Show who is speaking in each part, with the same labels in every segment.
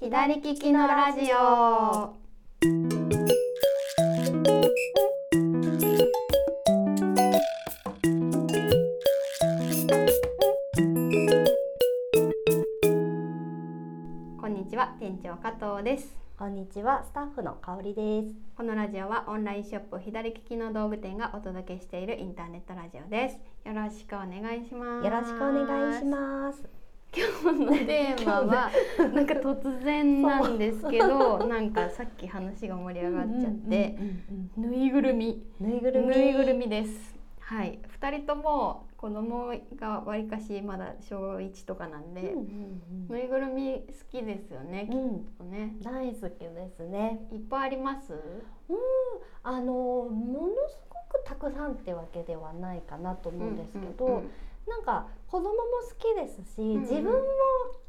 Speaker 1: 左利きのラジオ。こんにちは、店長加藤です。
Speaker 2: こんにちは、スタッフの香りです。
Speaker 1: このラジオはオンラインショップ左利きの道具店がお届けしているインターネットラジオです。よろしくお願いします。
Speaker 2: よろしくお願いします。
Speaker 1: 今日の テーマはなんか突然なんですけど なんかさっき話が盛り上がっちゃって、
Speaker 2: うん
Speaker 1: ぬいぐるみ
Speaker 2: うんうん、ぬいぐるみ。
Speaker 1: ぬいぐる。みですはい二人とも子供がわりかしまだ小一とかなんで、
Speaker 2: うんうん
Speaker 1: ぬいぐるみ好きですよね
Speaker 2: う
Speaker 1: きっ
Speaker 2: ん、うん、
Speaker 1: とね
Speaker 2: 大好きですね。
Speaker 1: いっぱいあります
Speaker 2: あのものすごくたくさんってわけではないかなと思うんですけど、
Speaker 1: うんうんうん
Speaker 2: なんか子供も好きですし、
Speaker 1: んうん
Speaker 2: 自分も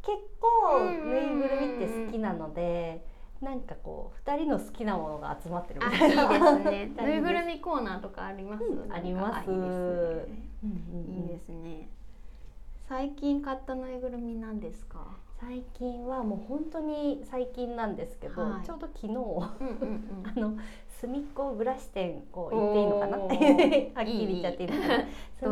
Speaker 2: 結構
Speaker 1: うんうん
Speaker 2: ぬい
Speaker 1: うんうん
Speaker 2: ぐるみって好きなので、なんかこう二人の好きなものが集まってる
Speaker 1: あ
Speaker 2: みたいな。
Speaker 1: いい ですね
Speaker 2: 二人
Speaker 1: ぬいぐるみコーナーとかあります、
Speaker 2: うん
Speaker 1: なんか
Speaker 2: ありま
Speaker 1: い
Speaker 2: す
Speaker 1: いですね
Speaker 2: うんうんうん
Speaker 1: いいですね。最近買ったぬいぐるみなんですか。
Speaker 2: 最近はもう本当に最近なんですけど、
Speaker 1: はい
Speaker 2: ちょうど 昨日
Speaker 1: うんうん
Speaker 2: あの隅っこブラシ店こう言っていいのかな はっきり言っちゃっていいのか な
Speaker 1: どう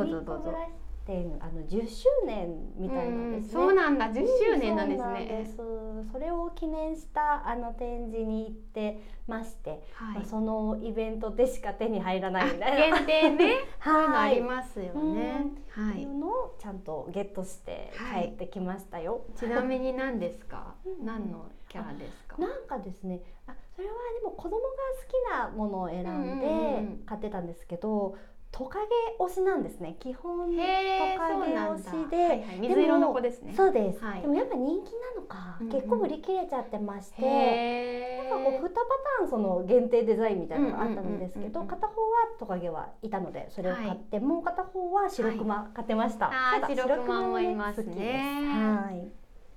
Speaker 2: 隅
Speaker 1: ぞ
Speaker 2: っ
Speaker 1: どう
Speaker 2: こ
Speaker 1: ぞ
Speaker 2: ブラシ店あの10周年みたいなんですね、
Speaker 1: そうなんだ、十周年なんです
Speaker 2: そうなんで
Speaker 1: ね。
Speaker 2: すそれを記念したあの展示に行ってまして、
Speaker 1: は
Speaker 2: まあそのイベントでしか手に入らないみたい
Speaker 1: い。
Speaker 2: な
Speaker 1: 限定ね、そういうのあ
Speaker 2: は
Speaker 1: り
Speaker 2: い
Speaker 1: ますよね。は
Speaker 2: ってい
Speaker 1: い。
Speaker 2: うのをちゃんとゲットして
Speaker 1: は
Speaker 2: 帰
Speaker 1: い
Speaker 2: ってきましたよ。
Speaker 1: ちなみに何ですか
Speaker 2: う。ん
Speaker 1: 何のキャラですか。
Speaker 2: なんかですねあそれはでも子供が好きなものを選ん
Speaker 1: うんうんうんうん
Speaker 2: で買ってたんですけど、トカゲ推しなんですね基本
Speaker 1: へえ、
Speaker 2: トカゲ
Speaker 1: そうなんだ。
Speaker 2: 推しで
Speaker 1: はいはい水色の子ですね。
Speaker 2: そうです、
Speaker 1: はい
Speaker 2: でもやっぱ人気なのか、
Speaker 1: うんうん
Speaker 2: 結構売り切れちゃってましてなんか
Speaker 1: へえ。
Speaker 2: こう2パターンその限定デザインみたいなのがあったんですけど、
Speaker 1: うんうんうんうん
Speaker 2: 片方はトカゲはいたのでそれを買って、もう片方は白クマ買ってました、
Speaker 1: あー
Speaker 2: ただ
Speaker 1: 白熊もいますね
Speaker 2: 白熊も好きですはい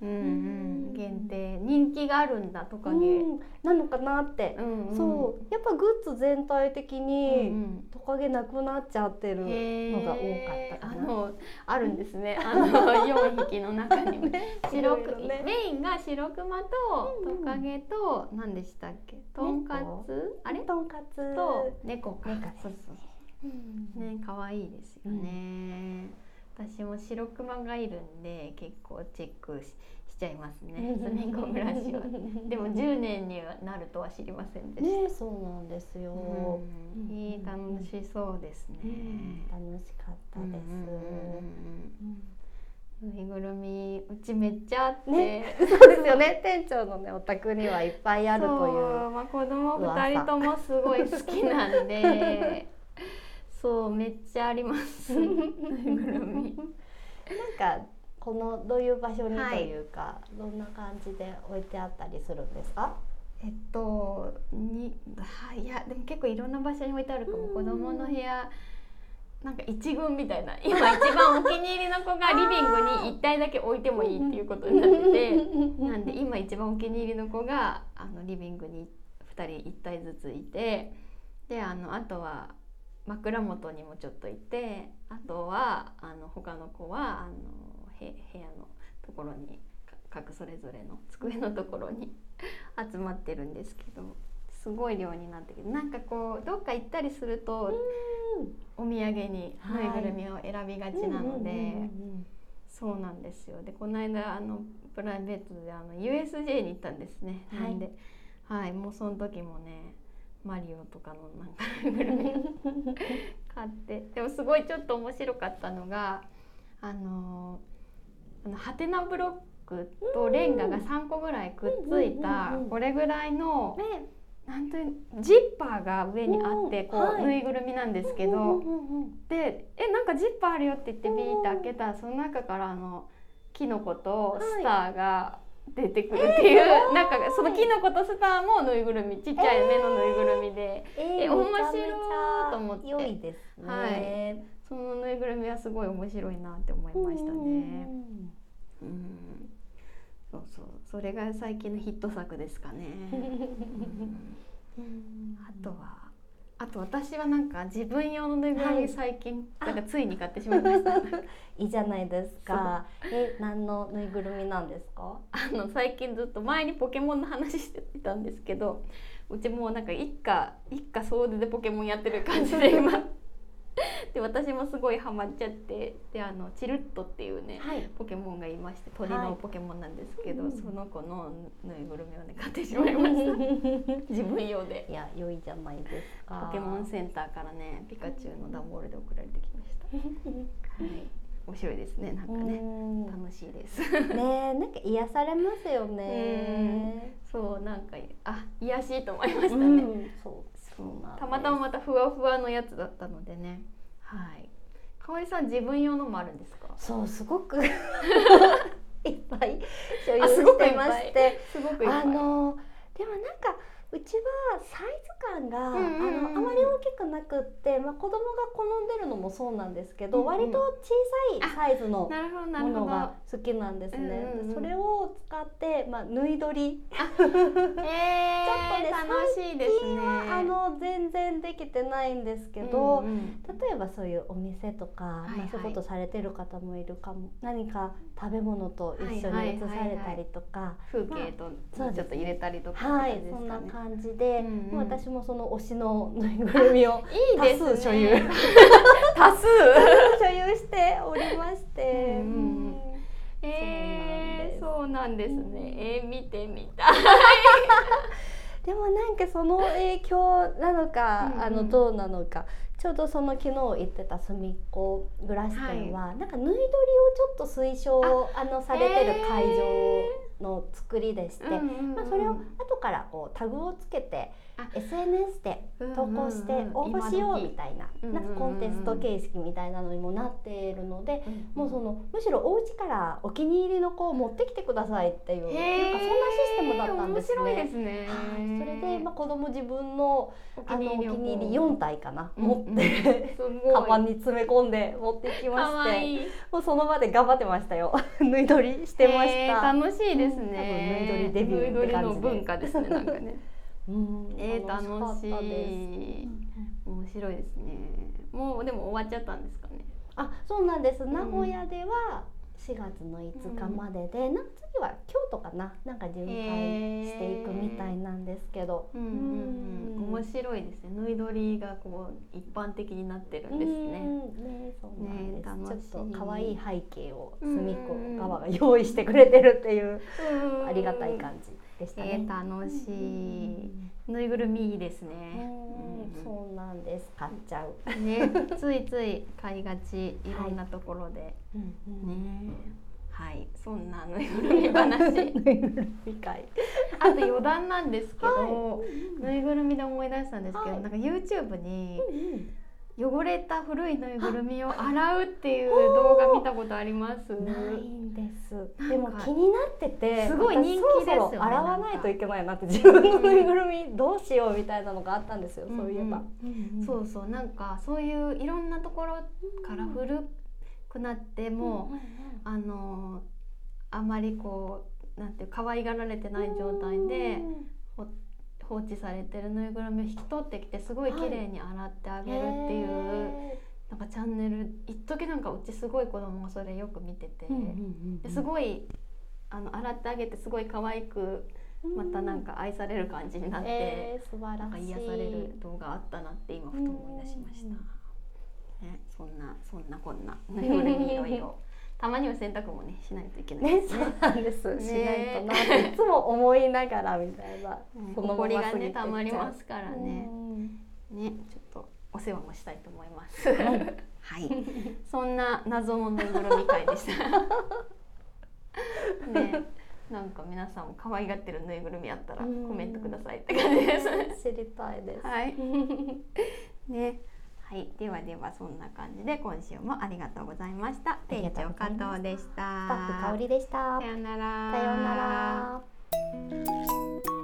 Speaker 1: うんうん。限定人気があるんだトカゲ。
Speaker 2: うんなのかなって、
Speaker 1: んん
Speaker 2: そうやっぱグッズ全体的
Speaker 1: う
Speaker 2: に、
Speaker 1: んうん。
Speaker 2: トカゲなくなっちゃってるのが多かったか
Speaker 1: あ
Speaker 2: な。
Speaker 1: のあるんですね。 あの四匹の中にも白
Speaker 2: いろ
Speaker 1: く、
Speaker 2: いろね
Speaker 1: メインが白クマと
Speaker 2: うんうん
Speaker 1: トカゲと何でしたっけ？とんかつあれ
Speaker 2: とんかつ
Speaker 1: と猫か。
Speaker 2: 猫です
Speaker 1: そうそうね可愛いですよね。私も白クマがいるんで結構チェックししちゃいますね。すみこブラシ は。でも10年になるとは知りませんでした。
Speaker 2: ねそうなんですよ。
Speaker 1: うん
Speaker 2: うん
Speaker 1: いい楽しそうですね。
Speaker 2: うん楽しかった
Speaker 1: う
Speaker 2: です。
Speaker 1: んうんうん
Speaker 2: うん
Speaker 1: うんぬいぐるみうちめっちゃあって、
Speaker 2: ねそうですよね。店長のねお宅にはいっぱいあるという。
Speaker 1: そうまあ、子供
Speaker 2: 噂
Speaker 1: 二人ともすごい好きなん でそうめっちゃありますぬい ぐるみ
Speaker 2: なんかこのどういう場所に
Speaker 1: は
Speaker 2: と
Speaker 1: い
Speaker 2: いうか、どんな感じで置いてあったりするんですか？
Speaker 1: えっとにはいいやでも結構いろんな場所に置いてあるかも
Speaker 2: うん
Speaker 1: 子供の部屋なんか一軍みたいな今一番お気に入りの子がリビングに一体だけ置いてもいいっていうことになってて。なんで今一番お気に入りの子があのリビングに2人1体ずついてであのあとは枕元にもちょっといてあとはあの他の子はあのへ部屋のところにか各それぞれの机のところに集まってるんですけどすごい量になってきてなんかこうどっか行ったりするとお土産にぬいぐるみを選びがちなので。そうなんですよでこの間あのプライベートであの USJ に行ったんですね、
Speaker 2: はい
Speaker 1: なんで、はい、もうその時もねマリオとかのなんか ぬいぐるみ買ってでもすごいちょっと面白かったのがあのあのハテナブロックとレンガが3個ぐらいくっつい
Speaker 2: うんうんう
Speaker 1: た
Speaker 2: んうんうん
Speaker 1: これぐらいの
Speaker 2: ね、
Speaker 1: なんというジッパーが上にあって
Speaker 2: うん
Speaker 1: こ
Speaker 2: は
Speaker 1: う
Speaker 2: い
Speaker 1: ぬいぐるみなんですけど。
Speaker 2: うんうんうんうん
Speaker 1: で「えなんかジッパーあるよ」って言ってビーって開けたらその中からあのキノコとスターが出てくるっていう、
Speaker 2: えーすごい
Speaker 1: なんかそのキノコとスターもぬいぐるみちっちゃい目のぬいぐるみで、
Speaker 2: え
Speaker 1: え
Speaker 2: ー
Speaker 1: 面
Speaker 2: めちゃめち
Speaker 1: 白い
Speaker 2: ゃ
Speaker 1: と思って
Speaker 2: 良いですね。
Speaker 1: はいそのぬいぐるみはすごい面白いなって思いましたね。うんそうそうそれが最近のヒット作ですかね。うんあとはあと私はなんか自分用のぬいぐる
Speaker 2: は
Speaker 1: み
Speaker 2: い
Speaker 1: 最近、なんかついに買ってしまいました
Speaker 2: いいじゃないですか。え、何のぬいぐるみなんですか。
Speaker 1: あの最近ずっと前にポケモンの話してたんですけどうちもうなんか一家一家総出でポケモンやってる感じで今 で私もすごいハマっちゃってであのチルットっていうね
Speaker 2: はい。
Speaker 1: ポケモンがいまして鳥のポケモンなんですけど、
Speaker 2: うん
Speaker 1: その子のぬいぐるみをね買ってしまいました 自分用で
Speaker 2: いや、良いじゃないですか。
Speaker 1: ポケモンセンターからねピカチュウの段ボールで送られてきましたはい面白いですねなんかね
Speaker 2: うんね
Speaker 1: 楽しいです
Speaker 2: え、なんか癒されますよね。
Speaker 1: そうなんかあ癒しいと思いましたね、
Speaker 2: うんそう。
Speaker 1: そう
Speaker 2: なんです
Speaker 1: たまたままたふわふわのやつだったのでねはいかわいさん自分用のもあるんですか
Speaker 2: そう、すごく 。いっぱい。所有
Speaker 1: あすご
Speaker 2: し
Speaker 1: くいってぱ
Speaker 2: ま
Speaker 1: い
Speaker 2: して。
Speaker 1: すごくいっぱい
Speaker 2: あのでもなんかうちはサイズ感が、
Speaker 1: んうんうん
Speaker 2: あのあまり大きくなくって、まあ、子供が好んでるのもそうなんですけど、
Speaker 1: うんうん
Speaker 2: 割と小さいサイズの
Speaker 1: なるほどな
Speaker 2: も
Speaker 1: るほど
Speaker 2: のが好きなんですね。
Speaker 1: うんうんうん
Speaker 2: でそれを使って、まあ、縫い取り、
Speaker 1: えー、
Speaker 2: ちょっとね
Speaker 1: 楽しいですね
Speaker 2: あの全然できてないんですけど、
Speaker 1: うんうん
Speaker 2: 例えばそういうお店とか、
Speaker 1: いはい
Speaker 2: まあ、そういうことされてる方もいるかも何か食べ物と一緒
Speaker 1: はいは
Speaker 2: に
Speaker 1: いはい
Speaker 2: 移さ
Speaker 1: はい
Speaker 2: れたりとか。
Speaker 1: 風景とち
Speaker 2: そ
Speaker 1: ょ
Speaker 2: うですね
Speaker 1: っと入れたりとかっ
Speaker 2: は
Speaker 1: て感
Speaker 2: い
Speaker 1: じ、です
Speaker 2: そ
Speaker 1: か
Speaker 2: ん
Speaker 1: ね
Speaker 2: な感じで、
Speaker 1: うんうん
Speaker 2: もう私もその推しのぬいぐる みを
Speaker 1: いいですね
Speaker 2: 多数所有
Speaker 1: 多数
Speaker 2: 所有しておりまして、
Speaker 1: うんうんうんえー、そうなんですね、えー、見てみたい
Speaker 2: でもなんかその影響なのか、
Speaker 1: うんうん
Speaker 2: あのどうなのかちょうどその昨日行ってたすみっこグラス店は、なんかぬい取りをちょっと推奨あのされてる会場の作りでして、まあ、それを後からこうタグをつけて
Speaker 1: あ
Speaker 2: SNS で投稿して応募しようみたいな
Speaker 1: うん
Speaker 2: なんかコンテスト形式みたいなのにもなっているので
Speaker 1: いな
Speaker 2: もうそのむしろお家からお気に入りの子を持ってきてくださいっていうなんかそんな
Speaker 1: へー
Speaker 2: システムだったんですね。
Speaker 1: 面白いですね。
Speaker 2: はい、それで、まあ、子供自分の
Speaker 1: お
Speaker 2: あのお気に入り
Speaker 1: を
Speaker 2: 4体かな、
Speaker 1: うん
Speaker 2: 持 って、
Speaker 1: すごい。
Speaker 2: カバンに詰め込んで持ってき
Speaker 1: か
Speaker 2: まし
Speaker 1: わ
Speaker 2: て
Speaker 1: いい。
Speaker 2: もうその場で頑張ってましたよ 縫い取りしてました、
Speaker 1: えー楽しいですね。
Speaker 2: うん多分縫い取りデビュー
Speaker 1: 縫い取
Speaker 2: って感じで
Speaker 1: りの文化ですね。なんかね。
Speaker 2: うん
Speaker 1: え ー、楽
Speaker 2: かった
Speaker 1: しい。面白いですね。もうでも終わっちゃったんですかね。
Speaker 2: あそうなんです
Speaker 1: ん
Speaker 2: 名古屋では4月の5日までで、なんか次は京都かななんか巡回していくみたいなんですけど、
Speaker 1: うんうんうん。面白いですね。縫い取りがこう一般的になってるんですね。
Speaker 2: うんねそうなん
Speaker 1: ね
Speaker 2: です、
Speaker 1: 楽しい
Speaker 2: ちょっと可愛い背景を隅っ
Speaker 1: う
Speaker 2: こ
Speaker 1: ん
Speaker 2: 側が用意してくれてるっていう
Speaker 1: うん
Speaker 2: ありがたい感じでした
Speaker 1: え
Speaker 2: ね。
Speaker 1: ー、楽しい。
Speaker 2: う
Speaker 1: ぬいぐるみいいですね。
Speaker 2: んうん
Speaker 1: うん
Speaker 2: そうなんです買っちゃう、
Speaker 1: ね、ついつい買いがちいろんなところで、ねはいそんなぬいぐるみ話
Speaker 2: ぬいぐるみ会
Speaker 1: あと余談なんですけど、
Speaker 2: は
Speaker 1: ぬいぐるみで思い出したんですけど、
Speaker 2: はい
Speaker 1: なんか YouTube に
Speaker 2: うん
Speaker 1: 汚れた古いぬいぐるみを洗うっていう動画見たことあります
Speaker 2: ないんです。
Speaker 1: ん
Speaker 2: でも気になってて、
Speaker 1: すごい
Speaker 2: 私
Speaker 1: 人気ですよね
Speaker 2: そろそろ洗わないといけないなって自分のぬいぐるみどうしようみたいなのがあったんですよ。そういえば。
Speaker 1: そううそうなんかそういういろんなところから古くなっても、あのあまりこうなんていう可愛がられてない状態で放置されてるぬいぐるみを引き取ってきてすごい綺麗に洗ってあげるっていう、なんかチャンネル一時なんかうちすごい子供がそれよく見てて、です
Speaker 2: い
Speaker 1: ごいあの洗ってあげてすごい可愛くまたなん
Speaker 2: か
Speaker 1: か愛される感じになって、
Speaker 2: 素晴
Speaker 1: な
Speaker 2: ら
Speaker 1: んか
Speaker 2: しい。
Speaker 1: 癒される動画あったなって今ふと思い出しました。
Speaker 2: うん
Speaker 1: ね、そんなそんなこんなぬいぐるみいろい ろたまには洗濯もねしないといけない
Speaker 2: ね
Speaker 1: で、す
Speaker 2: そう
Speaker 1: ね。
Speaker 2: なんです。
Speaker 1: ね
Speaker 2: しないとなっていつも思いながらみたいな。そのまま
Speaker 1: ほこりが
Speaker 2: 過ぎて
Speaker 1: ね
Speaker 2: っちゃ
Speaker 1: た
Speaker 2: う
Speaker 1: まりますからね。
Speaker 2: うん
Speaker 1: ね、ちょっとお世話もしたいと思います。 はい、そんな謎のぬいぐるみ会で した。ね、なんか皆さんも可愛がってるぬいぐるみあったらコ
Speaker 2: うん
Speaker 1: メントくださいって感じです。
Speaker 2: 知りたいです。
Speaker 1: はい。ね。はい、ではではそんな感じで今週もありがとうございました。
Speaker 2: り
Speaker 1: 店
Speaker 2: がとう
Speaker 1: 長
Speaker 2: ござ
Speaker 1: 加
Speaker 2: いま
Speaker 1: 藤で
Speaker 2: した
Speaker 1: した。
Speaker 2: スタッフ香りでした。
Speaker 1: さようなら。
Speaker 2: さようなら。